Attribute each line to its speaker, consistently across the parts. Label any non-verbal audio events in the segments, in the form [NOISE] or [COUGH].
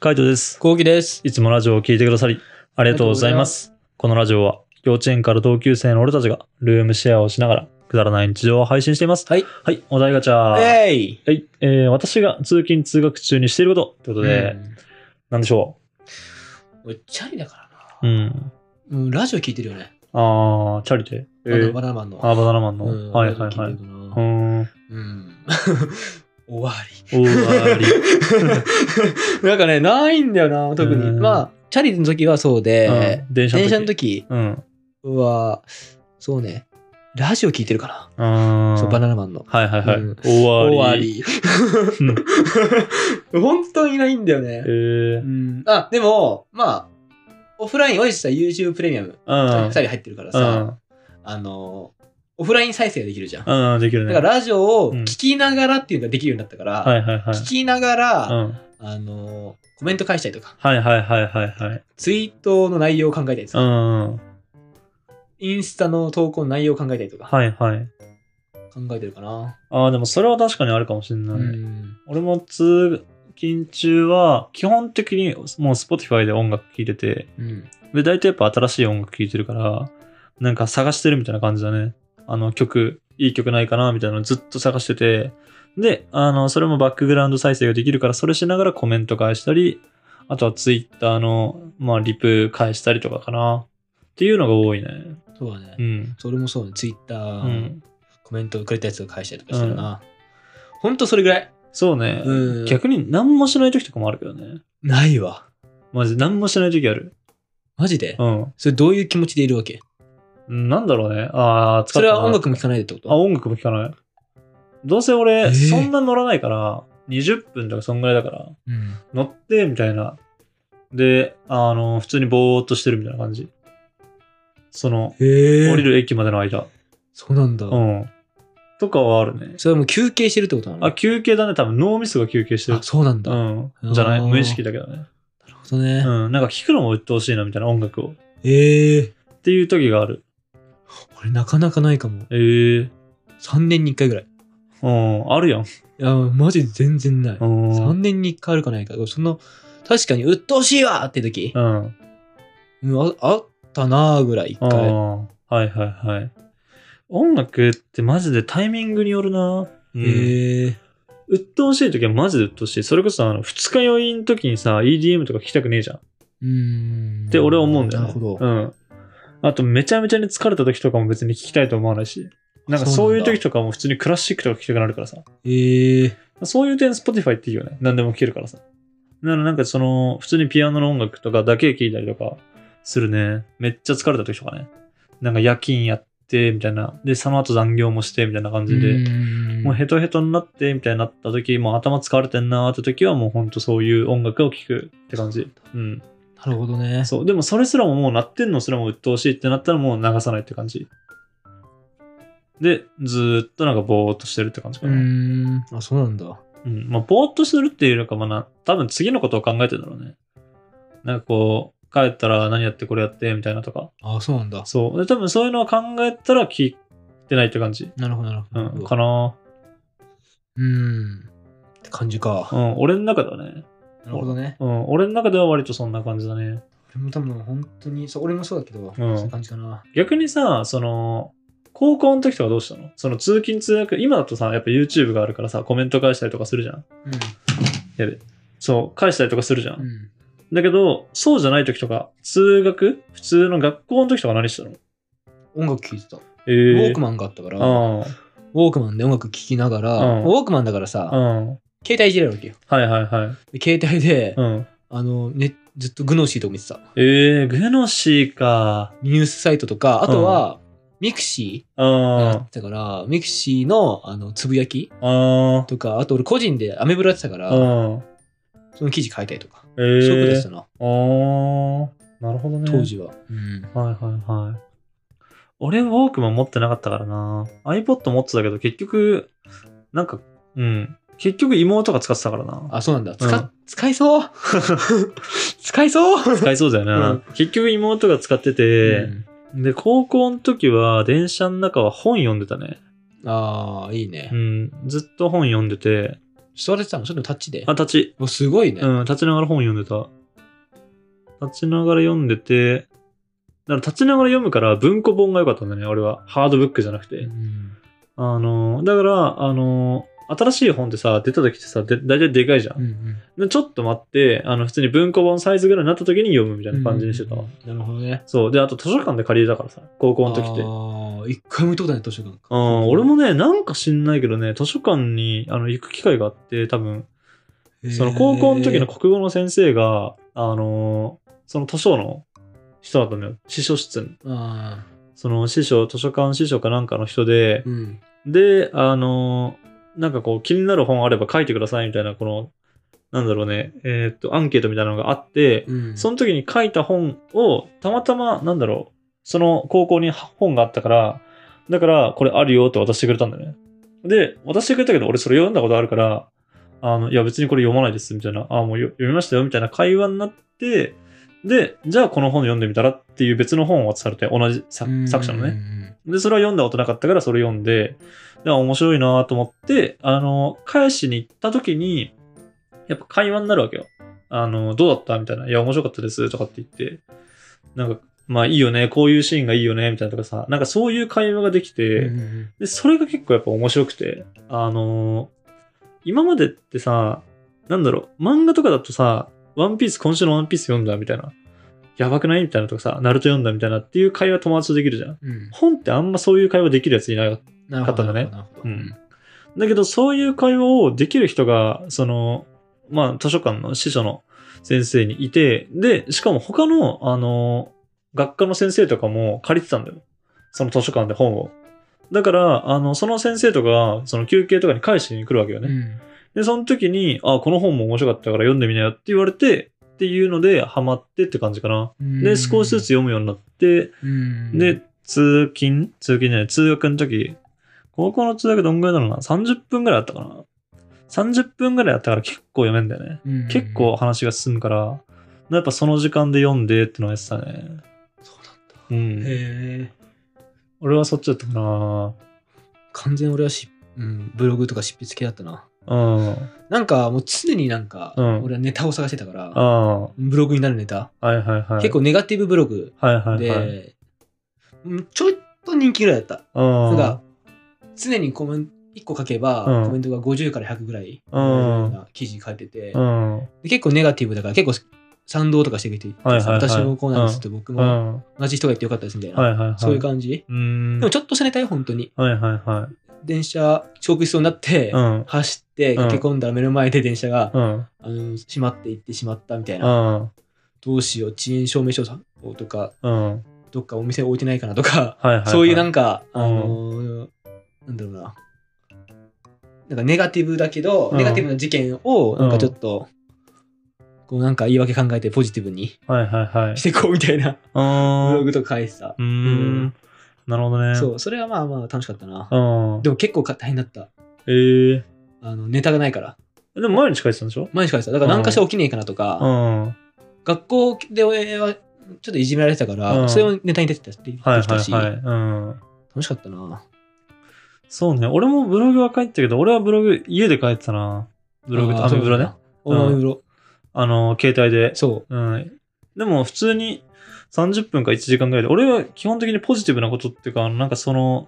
Speaker 1: カイトです。
Speaker 2: 後期です。
Speaker 1: いつもラジオを聞いてくださり、ありがとうございます。このラジオは、幼稚園から同級生の俺たちが、ルームシェアをしながら、くだらない日常を配信しています。
Speaker 2: はい。
Speaker 1: はい、お題ガチャ。
Speaker 2: えい
Speaker 1: はい、えー、私が通勤通学中にしていること、ということで、なんでしょ
Speaker 2: 俺、チャリだから
Speaker 1: う。う
Speaker 2: な。
Speaker 1: ん。
Speaker 2: うん、ラジオ聞いてるよね。
Speaker 1: あー、チャリテ。え
Speaker 2: あの
Speaker 1: ー
Speaker 2: バ、ナナマンの。
Speaker 1: あー、バナナマンの。
Speaker 2: うん
Speaker 1: はいはいはい。
Speaker 2: ラ
Speaker 1: う
Speaker 2: ジオ聞いて
Speaker 1: ー。お
Speaker 2: るかなんうん。 [LAUGHS] 終わ
Speaker 1: ーわ
Speaker 2: [LAUGHS]
Speaker 1: り。
Speaker 2: り。 [LAUGHS] なんかね、ないんだよな、特に。
Speaker 1: うん
Speaker 2: まあ、チャリの時はそうで、
Speaker 1: うん電車の時。
Speaker 2: 電車の時
Speaker 1: うん。
Speaker 2: は、そうね、ラジオ聞いてるか
Speaker 1: あ
Speaker 2: な。
Speaker 1: ー
Speaker 2: そう、バナナマンの。
Speaker 1: はいはいは
Speaker 2: うん
Speaker 1: い。終わり。
Speaker 2: 終わ。り。 [LAUGHS] 本当にないんだよ
Speaker 1: え
Speaker 2: ね。
Speaker 1: ー
Speaker 2: う、ん。あ、でも、まあ、オフライン、俺たちは YouTube プレミアム。
Speaker 1: うん
Speaker 2: 2。人入ってるから
Speaker 1: う
Speaker 2: さ、
Speaker 1: ん。
Speaker 2: あの、オフライン再生ができるじゃん。だ
Speaker 1: うん、できるね。
Speaker 2: からラジオを
Speaker 1: うん
Speaker 2: 聞きながらっていうのができるようになったから、
Speaker 1: はいはいはい。
Speaker 2: 聞きながら、
Speaker 1: うん。
Speaker 2: あの、コメント返したりとか、
Speaker 1: はいはいはいはいはい。
Speaker 2: ツイートの内容を考えたりと
Speaker 1: う
Speaker 2: か、
Speaker 1: ん。
Speaker 2: インスタの投稿の内容を考えたりとか、
Speaker 1: はいはい。
Speaker 2: 考えてるかな。
Speaker 1: ああ、でもそれは確かにあるかもしれない。
Speaker 2: うん
Speaker 1: 俺も通勤中は、基本的にもう Spotify で音楽聴いてて、
Speaker 2: うん
Speaker 1: で、大体やっぱ新しい音楽聴いてるから、なんか探してるみたいな感じだね。あの曲、いい曲ないかなみたいなのずっと探してて、で、あの、それもバックグラウンド再生ができるから、それしながらコメント返したり、あとは Twitter の、まあ、リプ返したりとかかな。っていうのが多いね。
Speaker 2: そうだね。
Speaker 1: うん。
Speaker 2: それもそうね、ツイッタ
Speaker 1: う
Speaker 2: ー
Speaker 1: ん、
Speaker 2: コメントをくれたやつを返したりとかしてるな。ほんとそれぐらい。
Speaker 1: そうね、
Speaker 2: うん
Speaker 1: 逆に何もしない時とかもあるけどね
Speaker 2: ないわ。
Speaker 1: マジ何もしない時ある
Speaker 2: マジで
Speaker 1: うん
Speaker 2: それどういう気持ちでいるわけ
Speaker 1: なんだろうねああ
Speaker 2: それは音楽も聴かないでってこと
Speaker 1: あ音楽も聴かないどうせ俺、
Speaker 2: えー
Speaker 1: そんな乗らないから20分とかそんぐらいだから
Speaker 2: うん
Speaker 1: 乗ってみたいなであの普通にぼーっとしてるみたいな感じその
Speaker 2: へえ。
Speaker 1: 降りる駅までの間、
Speaker 2: そうなんだ。
Speaker 1: うんとかはあるね
Speaker 2: それはもう休憩してるってことなの
Speaker 1: あ休憩だね多分脳みそが休憩してる
Speaker 2: あそうなんだ。
Speaker 1: う
Speaker 2: なる
Speaker 1: んじゃない
Speaker 2: あー
Speaker 1: 無意識だけどね
Speaker 2: ほどね。
Speaker 1: うんなんか聴くのも鬱陶しいなみたいな音楽を
Speaker 2: ええ
Speaker 1: っていう時がある。
Speaker 2: 俺なかなかないかも。
Speaker 1: ええ
Speaker 2: 3年に1回ぐらい。
Speaker 1: うん、あるやん。
Speaker 2: いや、マジで全然ない。
Speaker 1: うん。
Speaker 2: 3年に1回あるかないか。そんな、確かに鬱陶しいわって時
Speaker 1: う、ん。
Speaker 2: うん、ああったなーぐらい
Speaker 1: あ
Speaker 2: 1回。
Speaker 1: あはいはいはい。音楽ってマジでタイミングによるな。うん。
Speaker 2: ええ
Speaker 1: 鬱陶しい時はマジで鬱陶しい。それこそあの、二日酔いの時にさ、EDM とか聴きたくねえじゃん。っ
Speaker 2: うーん。
Speaker 1: て俺は思うんだよ、ね。
Speaker 2: なるほど。
Speaker 1: うん。あと、めちゃめちゃに疲れた時とかも別に聴きたいと思わないし。なんか
Speaker 2: そ
Speaker 1: そうう
Speaker 2: ないん
Speaker 1: う
Speaker 2: だ
Speaker 1: 時とかも普通にクラシックとか聴きたくなるからさ。
Speaker 2: ええ
Speaker 1: そういう点、Spotify っていいよね。何でも聴けるからさ。だからなんかその、普通にピアノの音楽とかだけ聴いたりとかするね。めっちゃ疲れた時とかね。なんか夜勤やって、みたいな。で、その後残業もして、みたいな感じで。もうヘトヘトになって、みたいになった時、もう頭疲れてんなーって時はもうほんとそういう音楽を聴くって感じ。うん。
Speaker 2: なるほどね。
Speaker 1: そう。でもそれすらももうなってんのすらも鬱陶しいってなったらもう流さないって感じ。で、ずーっとなんかぼーっとしてるって感じか
Speaker 2: う
Speaker 1: な。
Speaker 2: ーん。あ、そうなんだ。
Speaker 1: うん、まあ、ぼーっとするっていうのか、まあな、多分次のことを考えてるんだろうね。なんかこう、帰ったら何やってこれやってみたいなとか。
Speaker 2: あ、そうなんだ。
Speaker 1: そう。で、多分そういうのを考えたら聞いてないって感じ。
Speaker 2: なるほど、なるほ
Speaker 1: う
Speaker 2: ど。
Speaker 1: ん、かな
Speaker 2: うーん。って感じか。
Speaker 1: うん、俺の中ではね。
Speaker 2: なるほどね。
Speaker 1: うん、俺の中では割とそんな感じだね。
Speaker 2: 俺も多分本当に、そう俺もそうだけど、そういう感じかな。
Speaker 1: 逆にさ、その、高校の時とかどうしたのその通勤通学、今だとさ、やっぱ YouTube があるからさ、コメント返したりとかするじゃん。やべ。そう、返したりとかするじゃ。
Speaker 2: うんん。
Speaker 1: だけど、そうじゃない時とか、通学普通の学校の時とか何したの
Speaker 2: 音楽聴いてた。ウ
Speaker 1: え
Speaker 2: ォー
Speaker 1: ー
Speaker 2: クマンがあったから、ウ
Speaker 1: あ
Speaker 2: ォークマンで音楽聴きながら、
Speaker 1: うん
Speaker 2: ウォークマンだからさ、
Speaker 1: あ、うん。はい
Speaker 2: 携帯いじれるわけよ。
Speaker 1: はいはい。
Speaker 2: で携帯で、
Speaker 1: うん。
Speaker 2: あの、ね、ずっとグノシーとか見てた。
Speaker 1: えー、グノシーか。
Speaker 2: ニュースサイトとか、あとは、ミクシ
Speaker 1: う
Speaker 2: ー
Speaker 1: ん。
Speaker 2: があ
Speaker 1: あ
Speaker 2: ったから、ミクシーのあのつぶやき
Speaker 1: あ。
Speaker 2: とか、あと俺個人でアメブロやってたか
Speaker 1: う
Speaker 2: ら、
Speaker 1: ん。
Speaker 2: その記事書いたりとか、
Speaker 1: え
Speaker 2: そういうことやって
Speaker 1: ー
Speaker 2: た、な、
Speaker 1: あー。なるほどね。
Speaker 2: 当。時は。うん
Speaker 1: はいはいはい。俺、ウォークマン持ってなかったからな。iPod 持ってたけど、結局、なんか、うん。結局妹が使ってたからな。
Speaker 2: あ、そうなんだ。使、
Speaker 1: うん
Speaker 2: 使いそう [LAUGHS] 使いそう
Speaker 1: 使いそうだよな。
Speaker 2: うん
Speaker 1: 結局妹が使ってて、
Speaker 2: うん
Speaker 1: で、高校の時は電車の中は本読んでたね。
Speaker 2: ああ、いいね
Speaker 1: う。ん、ずっと本読んでて、
Speaker 2: 座れてたのそれともタッチで
Speaker 1: あ、立ち。
Speaker 2: もうすごいね。
Speaker 1: うん、立ちながら本読んでた。立ちながら読んでて、だから立ちながら読むから文庫本が良かったんだね、俺は。ハードブックじゃなくて。
Speaker 2: うん
Speaker 1: あの、だから、あの、新しい本ってさ、出た時ってさ、で大体でかいじゃ。
Speaker 2: うんん
Speaker 1: でちょっと待って、あの、普通に文庫本サイズぐらいになった時に読むみたいな感じにしてたわ。
Speaker 2: うんなるほどね。
Speaker 1: そう。で、あと図書館で借りれたからさ、高校の時って。
Speaker 2: ああ、一回も行ったことない図書館。
Speaker 1: うん、俺もね、なんか知んないけどね、図書館にあの行く機会があって、多分、
Speaker 2: へー
Speaker 1: その高校の時の国語の先生が、あのーその図書の人だったのよ。司書室の。
Speaker 2: あ
Speaker 1: その司書、図書館司書かなんかの人で
Speaker 2: ー、うん。
Speaker 1: で、あのーなんかこう気になる本あれば書いてくださいみたいな、この、なんだろうね、えーっと、アンケートみたいなのがあって、
Speaker 2: うん。
Speaker 1: その時に書いた本を、たまたま、なんだろう、その高校に本があったから、だから、これあるよって渡してくれたんだよね。で、渡してくれたけど、俺それ読んだことあるから、あの、いや別にこれ読まないです、みたいな、あ、もうよ読みましたよ、みたいな会話になって、で、じゃあこの本読んでみたらっていう別の本を渡されて、同じ
Speaker 2: うん
Speaker 1: 作作者のね。
Speaker 2: ね。
Speaker 1: で、それは読んだことなかったから、それ読んで、であ面白いなと思って、あの、返しに行った時に、やっぱ会話になるわけよ。あの、どうだったみたいな。いや、面白かったです、とかって言って。なんか、まあいいよね、こういうシーンがいいよね、みたいなとかさ、なんかそういう会話ができて、
Speaker 2: うんうん
Speaker 1: で、それが結構やっぱ面白くて、あのー今までってさ、なんだろう、漫画とかだとさ、ワンピース、今週のワンピース読んだみたいな、やばくないみたいなとかさ、ナルト読んだみたいなっていう会話友達とできるじゃん。
Speaker 2: うん。
Speaker 1: 本ってあんまそういう会話できるやついない
Speaker 2: なるほど
Speaker 1: 方だね
Speaker 2: なるほど
Speaker 1: うんだけど、そういう会話をできる人が、その、まあ、図書館の司書の先生にいて、で、しかも他の、あの、学科の先生とかも借りてたんだよ。その図書館で本を。だから、あの、その先生とか、その休憩とかに返しに来るわけよね。
Speaker 2: うん
Speaker 1: で、その時に、あ、この本も面白かったから読んでみなよって言われて、っていうので、ハマってって感じかな。
Speaker 2: うん
Speaker 1: で、少しずつ、読むようになって、
Speaker 2: うん
Speaker 1: で、、通勤通勤じゃない、通学の時、高校の通学どんぐらいだろうな ?30 分ぐらいあったかな ?30 分ぐらいあったから結構読めんだよね。
Speaker 2: うん
Speaker 1: 結構、話が進むから、やっぱその時間で読んでってのをやってたね。
Speaker 2: そうな
Speaker 1: うん
Speaker 2: だ。
Speaker 1: ん。
Speaker 2: へえ。
Speaker 1: 俺はそっちだったかな
Speaker 2: 完全に俺はし、うん、ブログとか執筆系だったな。
Speaker 1: うん。うん。
Speaker 2: なんかもう常になんか、
Speaker 1: うん
Speaker 2: 俺はネタを探してたから、
Speaker 1: は
Speaker 2: ブログになるネタ。
Speaker 1: いはいはい。
Speaker 2: 結、構ネガティブブログ
Speaker 1: はいはい
Speaker 2: で、
Speaker 1: はい。
Speaker 2: うんちょっと人気ぐらいだった。
Speaker 1: うん。
Speaker 2: なんか、常にコメント、1個書けば、
Speaker 1: うん
Speaker 2: コメントが50から100ぐらい、
Speaker 1: うん
Speaker 2: な記事書いてて、
Speaker 1: うん。
Speaker 2: で結構ネガティブだから、結構賛同とかしてくれて、
Speaker 1: はいはいはい
Speaker 2: 私もこうなんですって、僕
Speaker 1: うん。
Speaker 2: も
Speaker 1: は
Speaker 2: 同じ人がいてよかったですみたい
Speaker 1: い
Speaker 2: な、
Speaker 1: はいはい。
Speaker 2: そういう感じ。
Speaker 1: うーん。
Speaker 2: でもちょっとしたネタよ、本当に。
Speaker 1: はいはいはい。
Speaker 2: 電車遅刻しそうになって、
Speaker 1: うん。
Speaker 2: 走って
Speaker 1: うん
Speaker 2: 駆け込んだら目の前で電車が、
Speaker 1: うん。
Speaker 2: あの閉まっていってしまったみたいな、
Speaker 1: うん。
Speaker 2: どうしよう遅延証明書をとか
Speaker 1: うん。はい
Speaker 2: どっかお店置いてないかなとか、
Speaker 1: はいはい。
Speaker 2: そういうなん
Speaker 1: か、う
Speaker 2: か、
Speaker 1: ん
Speaker 2: あのーなんだろうななんかネガティブだけど、
Speaker 1: うん
Speaker 2: ネガティブな事件をなんかちょっと、こうなんか言い訳考えてポジティブに
Speaker 1: はいはいはい
Speaker 2: し。ていこうみたいな
Speaker 1: う
Speaker 2: ブ
Speaker 1: ーん
Speaker 2: ログとか書いてた
Speaker 1: う、ーん。なるほどね。
Speaker 2: そうそれはまあまあ楽しかったな、
Speaker 1: うん。
Speaker 2: でも結構か大変だった
Speaker 1: えー
Speaker 2: あのネタがないから
Speaker 1: でも毎日書いてたんでしょ
Speaker 2: 毎日書いてただから何かしら起きねえかなとか、
Speaker 1: うん。はい
Speaker 2: 学校で俺はちょっといじめられてたから、
Speaker 1: うん
Speaker 2: それをネタに出てた出てき
Speaker 1: はい
Speaker 2: たし、
Speaker 1: はい。うん。
Speaker 2: 楽しかったな
Speaker 1: そうね。俺もブログは書いてたけど、俺はブログ家で書いてたな。ブログと
Speaker 2: あ
Speaker 1: ア
Speaker 2: ー
Speaker 1: メブロね。
Speaker 2: そうだなアメブロ、
Speaker 1: あの、携帯で。
Speaker 2: そう
Speaker 1: うん。でも普通に30分か1時間ぐらいで、俺は基本的にポジティブなことっていうか、あのなんかその、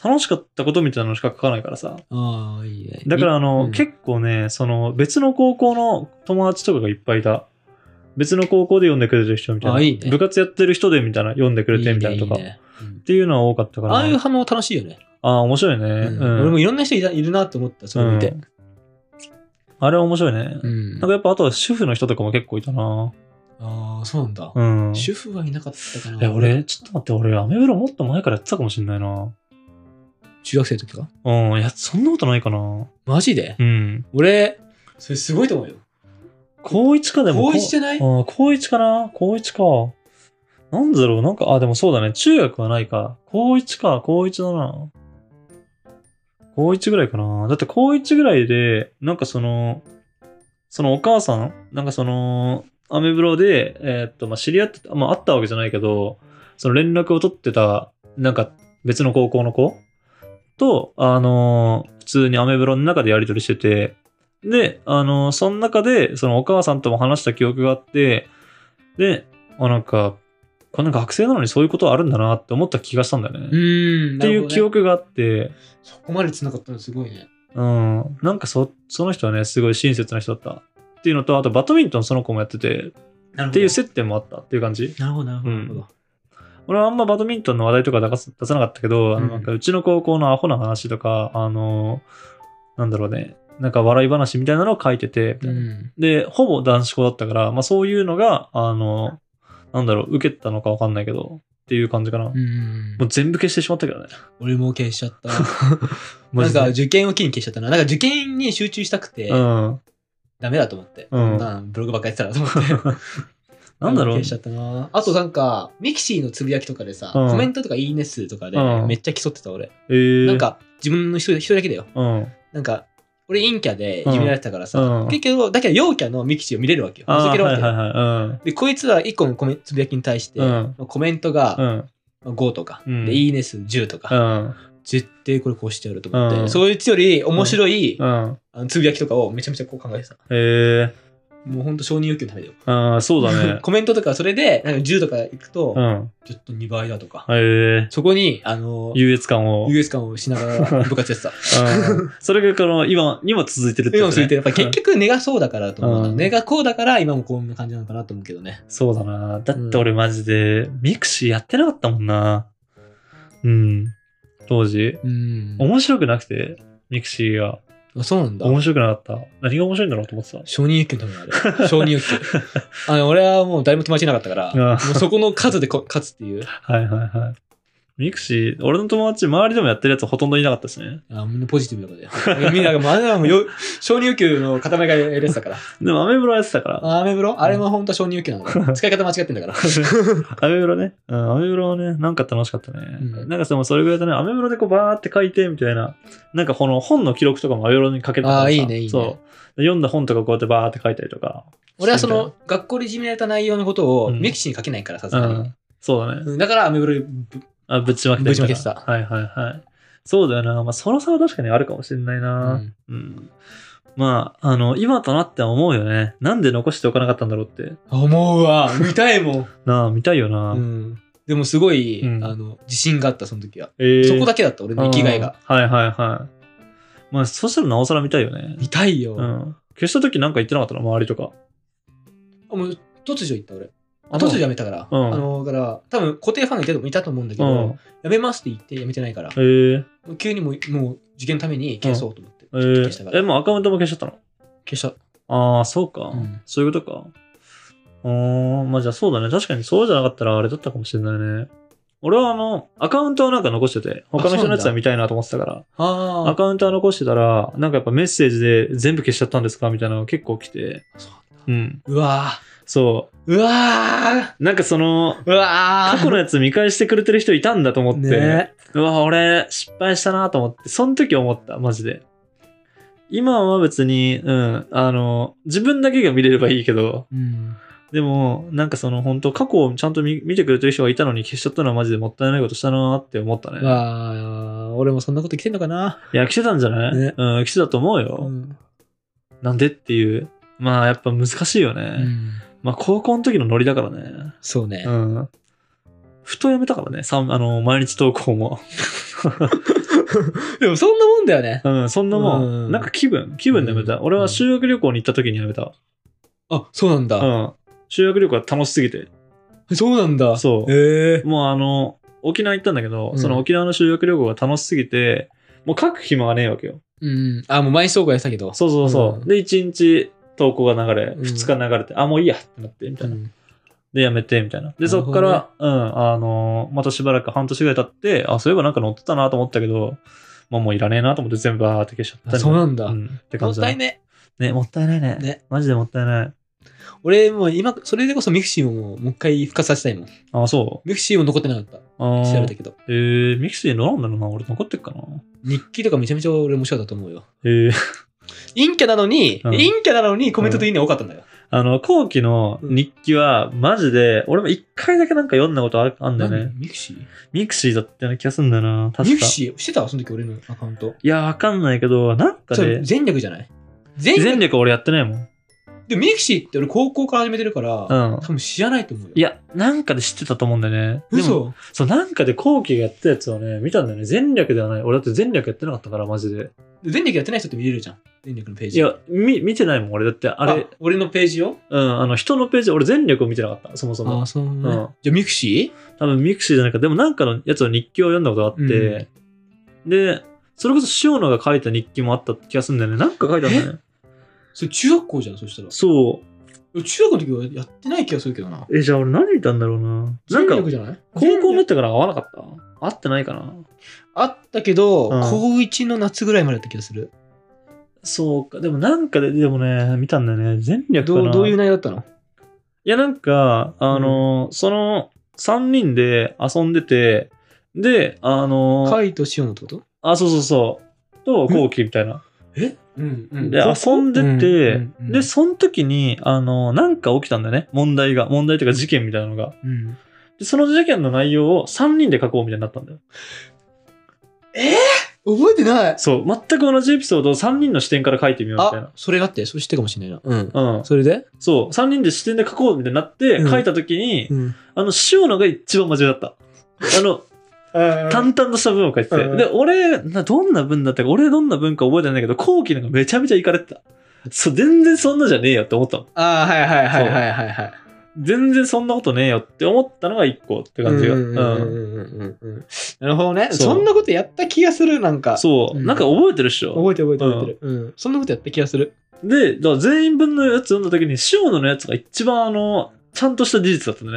Speaker 1: 楽しかったことみたいなのしか書かないからさ。
Speaker 2: ああいいね
Speaker 1: だからあの、
Speaker 2: うん
Speaker 1: 結構ね、その別の高校の友達とかがいっぱいいた。別の高校で読んでくれてる人みたいな。
Speaker 2: あいいね
Speaker 1: 部活やってる人でみたいな、読んでくれてみたいなとか。
Speaker 2: いいねいいねうん
Speaker 1: っていうのは多かったから。
Speaker 2: ああいう反応楽しいよね、
Speaker 1: ああ、面白いね。
Speaker 2: うん
Speaker 1: うん
Speaker 2: 俺もいろんな人いたいるなって思ったそれ見て、
Speaker 1: あれは面白いね。
Speaker 2: うん
Speaker 1: なんかやっぱあとは主婦の人とかも結構いたな。
Speaker 2: ああそうなんだ、
Speaker 1: うん。
Speaker 2: 主婦はいなかったかな
Speaker 1: え、俺、ちょっと待って、俺、アメブロもっと前からやってたかもしんないな。
Speaker 2: 中学生の時か
Speaker 1: うん、いや、そんなことないかな。
Speaker 2: マジで
Speaker 1: うん。
Speaker 2: 俺それすごいと思うよ
Speaker 1: 高1かでも。
Speaker 2: 高一じゃない
Speaker 1: ああ、高1かな高1か。なんだろうなんか、あ、でもそうだね。中学はないか。高1か、高1だな。高1ぐらいかな。だって高1ぐらいで、なんかその、そのお母さん、なんかその、アメブロで、えーっと、まあ、知り合ってた、まあ、会ったわけじゃないけど、その連絡を取ってた、なんか別の高校の子と、あのー普通にアメブロの中でやり取りしてて、で、あの、その中で、そのお母さんとも話した記憶があって、で、あ、なんか、こんな学生なのにそういうことあるんだなって思った気がしたんだよね。
Speaker 2: うん。
Speaker 1: っていう記憶があって、
Speaker 2: そこまで繋がったのすごいね。
Speaker 1: うん、なんかそその人はね、すごい親切な人だった。っていうのと、あとバドミントンその子もやってて、
Speaker 2: なるほど。
Speaker 1: っていう接点もあったっていう感じ。
Speaker 2: なるほど、なるほどなるほど。
Speaker 1: 俺はあんまバドミントンの話題とか出す出さなかったけど、あの
Speaker 2: うん
Speaker 1: なんかうちの高校のアホな話とか、あの、なんだろうね、なんか笑い話みたいなのを書いてて、みたいなで、ほぼ男子校だったから、まあそういうのが、あの、なんだろう、受けたのかわかんないけど、っていう感じかな。
Speaker 2: う
Speaker 1: も
Speaker 2: ん。
Speaker 1: う全部消してしまったけどね。
Speaker 2: 俺も消しちゃった。
Speaker 1: マ
Speaker 2: [LAUGHS] なん
Speaker 1: ジで
Speaker 2: か受験を機に消しちゃったな。なんか受験に集中したくて、
Speaker 1: うん。
Speaker 2: ダメだと思って。
Speaker 1: うん
Speaker 2: なブログばっかりやってたなと思って。
Speaker 1: なんだろう
Speaker 2: 消しちゃったな。あとなんか、ミキシーのつぶやきとかでさ、
Speaker 1: うん
Speaker 2: コメントとかいいね数とかで
Speaker 1: うん
Speaker 2: めっちゃ競ってた俺。
Speaker 1: えー、
Speaker 2: なん、か、自分の一人一人だけだよ。
Speaker 1: うん。
Speaker 2: なんか、俺陰キャでいじめられてたからさ、
Speaker 1: うん
Speaker 2: 結局、だけど陽キャのミキシーを見れるわけよ。
Speaker 1: あ
Speaker 2: 覗
Speaker 1: ー
Speaker 2: けるわ
Speaker 1: は
Speaker 2: け
Speaker 1: い
Speaker 2: よ。
Speaker 1: はいはい。
Speaker 2: で、こいつら一個のコメつぶやきに対して、
Speaker 1: うん
Speaker 2: コメントが、
Speaker 1: うん。うん。
Speaker 2: まあ5とか、
Speaker 1: うん
Speaker 2: でいいね数10と
Speaker 1: う
Speaker 2: か、
Speaker 1: ん。
Speaker 2: 絶対これこうしてやると思って、
Speaker 1: うん
Speaker 2: そいつより面白い、
Speaker 1: うん。
Speaker 2: あのつぶやきとかをめちゃめちゃこう考えてた。
Speaker 1: え
Speaker 2: もうほんと承認欲求のためだよ。
Speaker 1: ー、あーそうだね。
Speaker 2: [LAUGHS] コメントとかそれでなんか10とかいくと、
Speaker 1: うん。
Speaker 2: ちょっと2倍だとか、
Speaker 1: えー、
Speaker 2: そこに、あの、
Speaker 1: 優越感を。
Speaker 2: 優越感をしながら部活やってた。
Speaker 1: うんそれがこの今にも続いてるって
Speaker 2: 今
Speaker 1: こ
Speaker 2: も
Speaker 1: とね
Speaker 2: 続いてる。やっぱ結局根がそうだからだと思うな。
Speaker 1: うん
Speaker 2: 根がこうだから今もこんな感じなのかなと思うけどね。
Speaker 1: そうだな。だって俺マジで、ミクシーやってなかったもんな。うん。当時。
Speaker 2: うん。
Speaker 1: 面白くなくて、ミクシーが。
Speaker 2: あそうなんだ。
Speaker 1: 面白くなかった。何が面白いんだろうと思ってた。
Speaker 2: 承認欲求のためだあれ。承認欲求。あの、俺はもう誰も友達いなかったから、も
Speaker 1: あ
Speaker 2: うそこの数でこ [LAUGHS] 勝つっていう。
Speaker 1: [LAUGHS] はいはいはい。ミクシー、俺の友達、周りでもやってるやつほとんどいなかったしね。
Speaker 2: あみんなポジティブだからね。みんなが、もうあれはもうよ、承認欲求の塊がやるやつだから。
Speaker 1: でもアメブロやってたから。
Speaker 2: あアメブロあれも本当は承認欲求なのよ。使い方間違ってんだから。 [LAUGHS]
Speaker 1: アメブロね。うん、アメブロはね、なんか楽しかったね。
Speaker 2: うん
Speaker 1: なんかそのそれぐらいだね、アメブロでこうバーって書いて、みたいな。なんかこの本の記録とかもアメブロに書けたからさ
Speaker 2: あーいいねいいね
Speaker 1: そう。読んだ本とかこうやってバーって書いたりとか。
Speaker 2: 俺はその、学校でいじめられた内容のことを、
Speaker 1: うん
Speaker 2: ミキシーに書けないから、さす
Speaker 1: う
Speaker 2: がに
Speaker 1: ん。そうだね。
Speaker 2: うん。だからアメブロに
Speaker 1: あ、ぶちまけてみ
Speaker 2: ぶちまけて
Speaker 1: はいはいはい。そうだよな。まあ、その差は確かにあるかもしれないうな。
Speaker 2: ん
Speaker 1: うん。まあ、あの、今となっては思うよね。なんで残しておかなかったんだろうって。
Speaker 2: 思う
Speaker 1: [LAUGHS]
Speaker 2: わ。見たいもん。
Speaker 1: なあ、見たいよな。
Speaker 2: うん。でもすごい、
Speaker 1: うん
Speaker 2: あの、自信があった、その時は。
Speaker 1: えー
Speaker 2: そこだけだった、俺の生きがいが。。
Speaker 1: うんはいはいはい。まあ、そしたらなおさら見たいよね。
Speaker 2: 見たいうよ。
Speaker 1: ん。消した時なんか言ってなかったの周りとか。
Speaker 2: あもう、突如行った、俺。
Speaker 1: あ
Speaker 2: あ突如やめたから。
Speaker 1: うん
Speaker 2: あの、だから、多分固定ファンがいたといたと思うんだけ
Speaker 1: う
Speaker 2: ど
Speaker 1: ん、。
Speaker 2: やめますって言ってやめてないから、
Speaker 1: えー、
Speaker 2: もう急にもう、もう、受験のために消そうと思って。
Speaker 1: え
Speaker 2: 消したか
Speaker 1: ー、
Speaker 2: ら
Speaker 1: え、。もうアカウントも消しちゃったの
Speaker 2: 消した。
Speaker 1: ああ、そうか、
Speaker 2: うん
Speaker 1: そういうことか。うーん、まあじゃあそうだね。確かにそうじゃなかったらあれだったかもしれないね。俺はあの、アカウントはなんか残してて、他の人のやつは見たいなと思ってたから、ア
Speaker 2: あ
Speaker 1: カウントは残してたら、なんかやっぱメッセージで全部消しちゃったんですかみたいなのが結構来て、
Speaker 2: あ。そ
Speaker 1: う
Speaker 2: う
Speaker 1: ん。
Speaker 2: うわ
Speaker 1: そ
Speaker 2: ーうわ
Speaker 1: う。なんかその、
Speaker 2: ーうわー
Speaker 1: 過去のやつ見返してくれてる人いたんだと思って、
Speaker 2: ね
Speaker 1: うわ、俺、失敗したなと思って、その時思った、マジで。今は別に、うん、あの、自分だけが見れればいいけど、
Speaker 2: うん。
Speaker 1: でも、なんかその、本当過去をちゃんと見見てくれてる人がいたのに消しちゃったのはマジでもったいないことしたなって思ったね。
Speaker 2: うわー俺もそんなこと来てんのかな。
Speaker 1: いや、来てたんじゃない、
Speaker 2: ね
Speaker 1: うん、来てたと思う
Speaker 2: う
Speaker 1: よ。
Speaker 2: ん。
Speaker 1: なんでっていう。まあ、やっぱ難しいよね。
Speaker 2: うん
Speaker 1: まあ、高校の時のノリだからね。
Speaker 2: そうね
Speaker 1: う。ん。ふとやめたからね、さんあの、毎日投稿も。
Speaker 2: でもそんなもんだよね。
Speaker 1: うん、そんなもん。
Speaker 2: うん
Speaker 1: なんか気分、気分でやめた。
Speaker 2: うん
Speaker 1: 俺は修学旅行に行った時にやめた。
Speaker 2: あ、そうなん
Speaker 1: う
Speaker 2: だ。
Speaker 1: ん。修学旅行は楽しすぎて。
Speaker 2: そうなんだ。
Speaker 1: そう
Speaker 2: ええ
Speaker 1: もうあの、沖縄行ったんだけど、
Speaker 2: うん
Speaker 1: その沖縄の修学旅行が楽しすぎて、もう書く暇がねえわけよ。
Speaker 2: うん。あ、もう毎日総合やってたけど。
Speaker 1: そうそうそう。
Speaker 2: うん
Speaker 1: で、1日投稿が流れ、
Speaker 2: うん
Speaker 1: 2日流れて、あ、もういいやってなって、みたいな。
Speaker 2: ん
Speaker 1: で、やめて、みたいな。で、
Speaker 2: なる
Speaker 1: そ
Speaker 2: ほ
Speaker 1: っ
Speaker 2: ど
Speaker 1: か
Speaker 2: ね
Speaker 1: ら、うん、あの、またしばらく半年ぐらい経って、あ、そういえばなんか乗ってたなと思ったけど、まあもういらねえなと思って全部バーって消しちゃった
Speaker 2: あそうなんだ。
Speaker 1: だ。う
Speaker 2: も
Speaker 1: ん、って感
Speaker 2: っ
Speaker 1: じだ
Speaker 2: たい
Speaker 1: ね。
Speaker 2: ね。
Speaker 1: ね、もったいないね。
Speaker 2: ね
Speaker 1: マジでもったいない。
Speaker 2: 俺もう今、それでこそミクシーをもうもう一回復活させたいもん。
Speaker 1: あ、そ
Speaker 2: ミクシーも残ってなかった。
Speaker 1: う。あ
Speaker 2: 調べ
Speaker 1: ー
Speaker 2: たけど。
Speaker 1: えー、ミキシーどうなんだろうな俺残ってっかな
Speaker 2: 日記とかめちゃめちゃ俺面白かったと思うよ。
Speaker 1: えー、 [LAUGHS]
Speaker 2: 陰キャなのに、
Speaker 1: うん
Speaker 2: 陰キャなのにコメントといいね多かったんだよ。
Speaker 1: あの、後期の日記は、マジで、俺も一回だけなんか読んだことああんだよ
Speaker 2: なん
Speaker 1: ね
Speaker 2: で。ミクシー
Speaker 1: ミクシーだったような気がするんだよな。確か。
Speaker 2: ミクシーしてたその時俺のアカウント。
Speaker 1: いや、わかんないけど、なんか
Speaker 2: それ
Speaker 1: で、
Speaker 2: 全略じゃない全
Speaker 1: 前
Speaker 2: 力
Speaker 1: 略は俺やってないもん。
Speaker 2: で、ミクシーって俺高校から始めてるから、
Speaker 1: うん。
Speaker 2: 多分知らないと思うよ。
Speaker 1: いや、なんかで知ってたと思うんだよね。でも、
Speaker 2: 嘘
Speaker 1: そう、なんかで後期がやってたやつをね、見たんだよね。前略ではない。俺だって前略やってなかったから、マジで。
Speaker 2: 全力やってない人って見れるじゃん。全力のペー
Speaker 1: い
Speaker 2: ジ。
Speaker 1: や、み見てないもん、俺。だって、あ
Speaker 2: あ
Speaker 1: れ、
Speaker 2: 俺のページよ。
Speaker 1: うん、あの、人のページ、俺全略を見てなかった、そもそも。
Speaker 2: そうね
Speaker 1: うん
Speaker 2: じゃあミクシ
Speaker 1: 多分ミクシーじゃないか、でもなんかのやつの日記を読んだことがあって、で、それこそ塩野が書いた日記もあった気がするんだよね。なんか書いたんだよね。
Speaker 2: ーそれ中学校じゃん、そしたら。
Speaker 1: そ
Speaker 2: 中学の時はやってない気がするけどな。
Speaker 1: う。え、じゃあ俺何見たんだろうな。なん
Speaker 2: 全
Speaker 1: か、
Speaker 2: 力じゃない
Speaker 1: 高校にな
Speaker 2: 全
Speaker 1: っ
Speaker 2: 力
Speaker 1: てから合わなかった合ってないかな。
Speaker 2: あったけど、
Speaker 1: うん
Speaker 2: 高1の夏ぐらいまでだった気がする。
Speaker 1: そうか、でもなんかで、でもね、見たんだよね。全略か
Speaker 2: ど
Speaker 1: な。
Speaker 2: うどういう
Speaker 1: い
Speaker 2: 内容だったの
Speaker 1: や、なんか、あの、その3人で遊んでて、で、あの、
Speaker 2: カイとシオンのってこと
Speaker 1: あ、そうそうそう。と、後期みたいな。
Speaker 2: うんう
Speaker 1: で、遊んで
Speaker 2: う
Speaker 1: て
Speaker 2: んうんう、ん
Speaker 1: で、その時に、あの、なんか起きたんだよね。問題が。問題というか事件みたいなのが。
Speaker 2: うん、
Speaker 1: で、その事件の内容を3人で書こうみたいになったんだよ。
Speaker 2: 覚えてない
Speaker 1: そう。全く同じエピソードを3人の視点から書いてみようみたい
Speaker 2: あ、それがあって、それ知ってるかもしれないな。うん。
Speaker 1: な。うん。
Speaker 2: それで
Speaker 1: そう。3人で視点で書こうみたいになって、
Speaker 2: うん
Speaker 1: 書いた時に、
Speaker 2: ん。
Speaker 1: あの、塩野が一番真面目だった。あの、淡々とした文を書いてて。
Speaker 2: うん
Speaker 1: で、俺、などんな文だったか、俺どんな文か覚えてないんだけど、後期なんかめちゃめちゃいかれてた。そう、全然そんなじゃねえよって思ったの。
Speaker 2: ああ、はいはいはいはいはいはい。
Speaker 1: 全然そんなことねえよって思ったのが一個って感じが。
Speaker 2: う
Speaker 1: うん
Speaker 2: うん
Speaker 1: ん。
Speaker 2: うんうんうんうんなるほどね。
Speaker 1: そう
Speaker 2: そんなことやった気がする、なんか。
Speaker 1: そう、
Speaker 2: うん
Speaker 1: なんか覚えてるっしょ。
Speaker 2: 覚えてる覚えてる覚えてる。うん。そんなことやった気が [LAUGHS] する。
Speaker 1: で、だから全員分のやつ読んだ時に、塩野のやつが一番あの、ちゃんとした事実だったんだ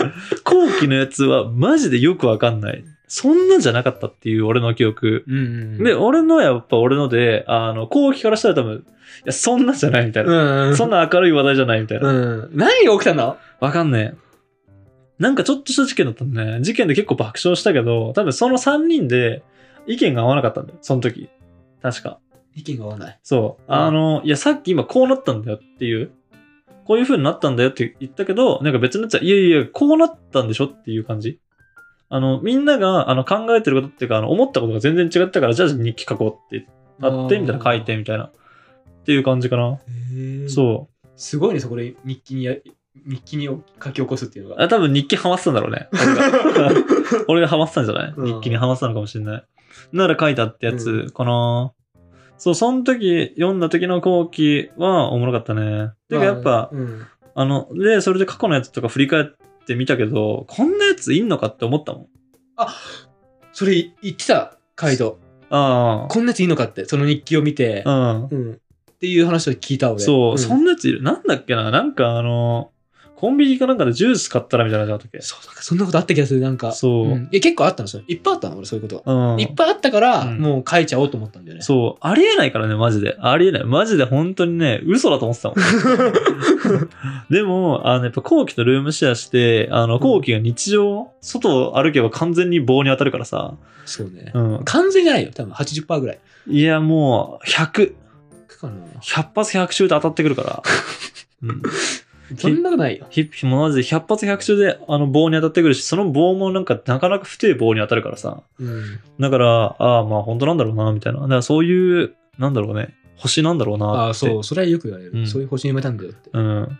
Speaker 2: [LAUGHS]
Speaker 1: ね。後期のやつはマジでよくわかんない。そんなんじゃなかったっていう俺の記憶。
Speaker 2: うんうん
Speaker 1: で、俺のはやっぱ俺ので、あの、後期からしたら多分、いや、そんなんじゃないみたいな。
Speaker 2: うん。
Speaker 1: そん
Speaker 2: な。
Speaker 1: な明るい話題じゃないみたいな。
Speaker 2: うん。何が起きたんだ
Speaker 1: わかんねえ。なんかちょっとした事件だったんだね。事件で結構爆笑したけど、多分その3人で意見が合わなかったんだよ。その時。確か。
Speaker 2: 意見が合わない。
Speaker 1: そう。
Speaker 2: うん
Speaker 1: あの、いや、さっき今こうなったんだよっていう。こういう風になったんだよって言ったけど、なんか別のやつは、いやいや、こうなったんでしょっていう感じ。あの、みんながあの考えてることっていうか、あの思ったことが全然違ったから、じゃあ日記書こうってなって、みたいな書いて、みたいな。っていう感じかな。
Speaker 2: う。
Speaker 1: そう。
Speaker 2: すごいね、そこで日記にや、日記に書き起こすっていうのが。
Speaker 1: あ多分日記ハマってたんだろうね。俺
Speaker 2: [LAUGHS]
Speaker 1: が俺がハマってたんじゃない
Speaker 2: うん
Speaker 1: 日記にハマってたのかもしれない。なら書いたってやつかな。そう、その時、読んだ時の後期はおもろかったね。てかやっぱ、
Speaker 2: うん
Speaker 1: あの、で、それで過去のやつとか振り返ってみたけど、こんなやついんのかって思ったもん。
Speaker 2: それ言ってた、カイド。
Speaker 1: あ
Speaker 2: こんなやついいのかって、その日記を見て。
Speaker 1: あ。うん。
Speaker 2: うん。っていう話を聞いた、俺。
Speaker 1: そう、
Speaker 2: ん
Speaker 1: そんなやついる。なんだっけななんかあの、コンビニかなんかでジュース買ったらみたいなのじゃなかったっ
Speaker 2: そう、なんかそんなことあった気がする、なんか。
Speaker 1: けそう。
Speaker 2: うんいや、結構あったんですよ。いっぱいあったの、俺、そういうことが。
Speaker 1: うん。
Speaker 2: いっぱいあったから、
Speaker 1: うん
Speaker 2: もう書いちゃおうと思ったんだよね。
Speaker 1: そう、ありえないからね、マジで。ありえない。マジで本当にね、嘘だと思ってたもん。
Speaker 2: [LAUGHS]
Speaker 1: でも、あの、やっぱ後期とルームシェアして、あの、後期が日常、外を歩けば完全に棒に当たるからさ。
Speaker 2: そうね。
Speaker 1: うん。
Speaker 2: 完全じゃないよ、多分80%ぐらい。
Speaker 1: いや、もう、100、
Speaker 2: かな。
Speaker 1: 100発100中で当たってくる
Speaker 2: [LAUGHS]
Speaker 1: から。うん。
Speaker 2: そんなことないよ。
Speaker 1: ヒッピーもマジで100発100中であの棒に当たってくるし、その棒もなんかなかなか不定棒に当たるからさ。
Speaker 2: うん。
Speaker 1: だから、ああ、まあ本当なんだろうな、みたいな。だからそういう、なんだろうね、星なんだろうなって。
Speaker 2: ああ、そう、それはよく言われる。
Speaker 1: うん
Speaker 2: そういう星に埋めたんだよって。
Speaker 1: うん。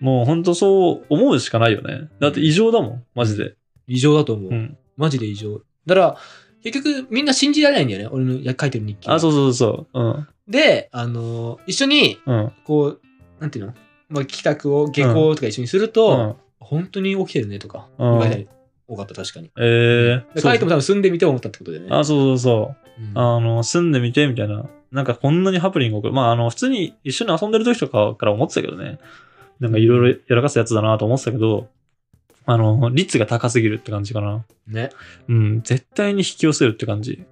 Speaker 1: もう本当そう思うしかないよね。だって異常だもん、マジで。
Speaker 2: 異常だと思う。
Speaker 1: うん。
Speaker 2: マジで異常。だから、結局、みんな信じられないんだよね、俺のや書いてる日記。
Speaker 1: あ、そうそうそう。うん。
Speaker 2: で、あのー一緒に、
Speaker 1: うん。
Speaker 2: こう、なんていうのまあ、帰宅を、下校とか一緒にすると、
Speaker 1: うん、
Speaker 2: 本当に起きてるねとか、
Speaker 1: うん
Speaker 2: 言われたり多かった、確かに。
Speaker 1: ええ
Speaker 2: で書いても多分住んでみて思ったってことだよね。
Speaker 1: あ、そうそうそう。
Speaker 2: うん
Speaker 1: あの、住んでみて、みたいな。なんかこんなにハプニング起こる。まあ、あの、普通に一緒に遊んでる時とかから思ってたけどね。なんかいろいろやらかすやつだなと思ってたけど、あの、率が高すぎるって感じかな。
Speaker 2: ね、
Speaker 1: うん、絶対に引き寄せるって感じ。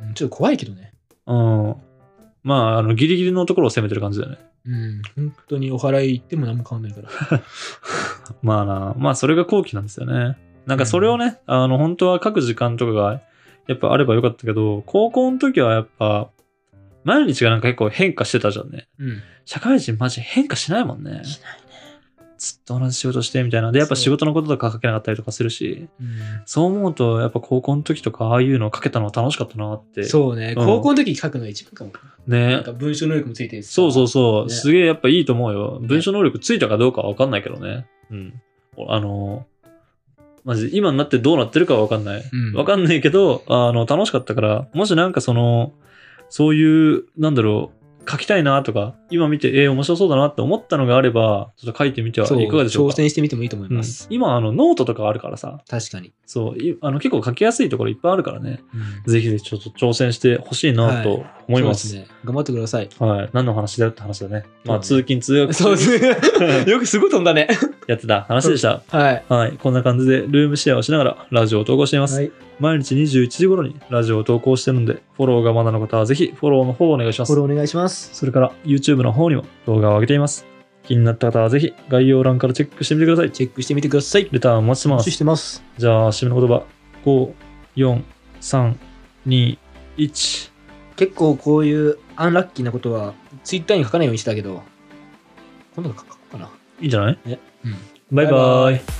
Speaker 2: うんちょっと怖いけどね。
Speaker 1: うん。まあ、あの、ギリギリのところを攻めてる感じだよね。
Speaker 2: うん、本当にお祓い行っても何も変わ
Speaker 1: [LAUGHS]
Speaker 2: んないから。
Speaker 1: まあな、まあそれが後期なんですよね。なんかそれをね、あの本当は書く時間とかがやっぱあればよかったけど、高校の時はやっぱ、毎日がなんか結構変化してたじゃんね。
Speaker 2: うん。
Speaker 1: 社会人マジ変化しないもんね。
Speaker 2: し
Speaker 1: ずっと同じ仕事してみたいな。で、やっぱ
Speaker 2: そう
Speaker 1: 仕事のこととか書けなかったりとかするし、
Speaker 2: うん
Speaker 1: そう思うと、やっぱ高校の時とか、ああいうのを書けたのは楽しかったなって。
Speaker 2: そうね、
Speaker 1: うん
Speaker 2: 高校の時に書くのが一番かも。な
Speaker 1: ね
Speaker 2: んか。文章能力もついてるしさ
Speaker 1: そうそうそう。
Speaker 2: ね
Speaker 1: すげえやっぱいいと思うよ。文章能力ついたかどうかはわかんないけどね。うん。あの、マジ、今になってどうなってるかはわかんない。
Speaker 2: うん。
Speaker 1: わかんないけど、あの、楽しかったから、もしなんかその、そういう、なんだろう、書きたいなとか、今見て、えー面白そうだなって思ったのがあれば、ちょっと書いてみては
Speaker 2: そう
Speaker 1: いかがでしょう
Speaker 2: 挑
Speaker 1: か。
Speaker 2: 戦してみてもいいと思います。
Speaker 1: うん今、あの、ノートとかあるからさ、
Speaker 2: 確かに。
Speaker 1: そう、いあの結構書きやすいところいっぱいあるからね、ぜひぜひちょっと挑戦してほしいなと思います。
Speaker 2: そうですね。頑張ってく
Speaker 1: [LAUGHS]
Speaker 2: ださい。
Speaker 1: はい。何の話だよって話だね。まあ、
Speaker 2: そう
Speaker 1: 通勤通学
Speaker 2: そうですね。よくすごい飛んだね。
Speaker 1: [LAUGHS] やってた話でした。
Speaker 2: はい。
Speaker 1: はい。こんな感じで、ルームシェアをしながらラジオを投稿しています。
Speaker 2: はい。
Speaker 1: 毎日21時頃にラジオを投稿してるので、フォローがまだの方はぜひフォローの方をお願いしま
Speaker 2: フォ
Speaker 1: す。
Speaker 2: ローお願いします。
Speaker 1: それから YouTube の方にも動画を上げています。気になった方はぜひ概要欄からチェックしてみてください。
Speaker 2: チェックしてみてください。
Speaker 1: レターをお待ちして
Speaker 2: お
Speaker 1: ま
Speaker 2: 待ちし
Speaker 1: す。
Speaker 2: てます。
Speaker 1: じゃあ、締めの言葉。5、4、3、2、1。
Speaker 2: 結構こういうアンラッキーなことは、ツイッターに書かないようにしてたけど、今度書こうかな。
Speaker 1: いいんじゃない
Speaker 2: ねうん
Speaker 1: バイバ
Speaker 2: バイバ
Speaker 1: イ
Speaker 2: イ。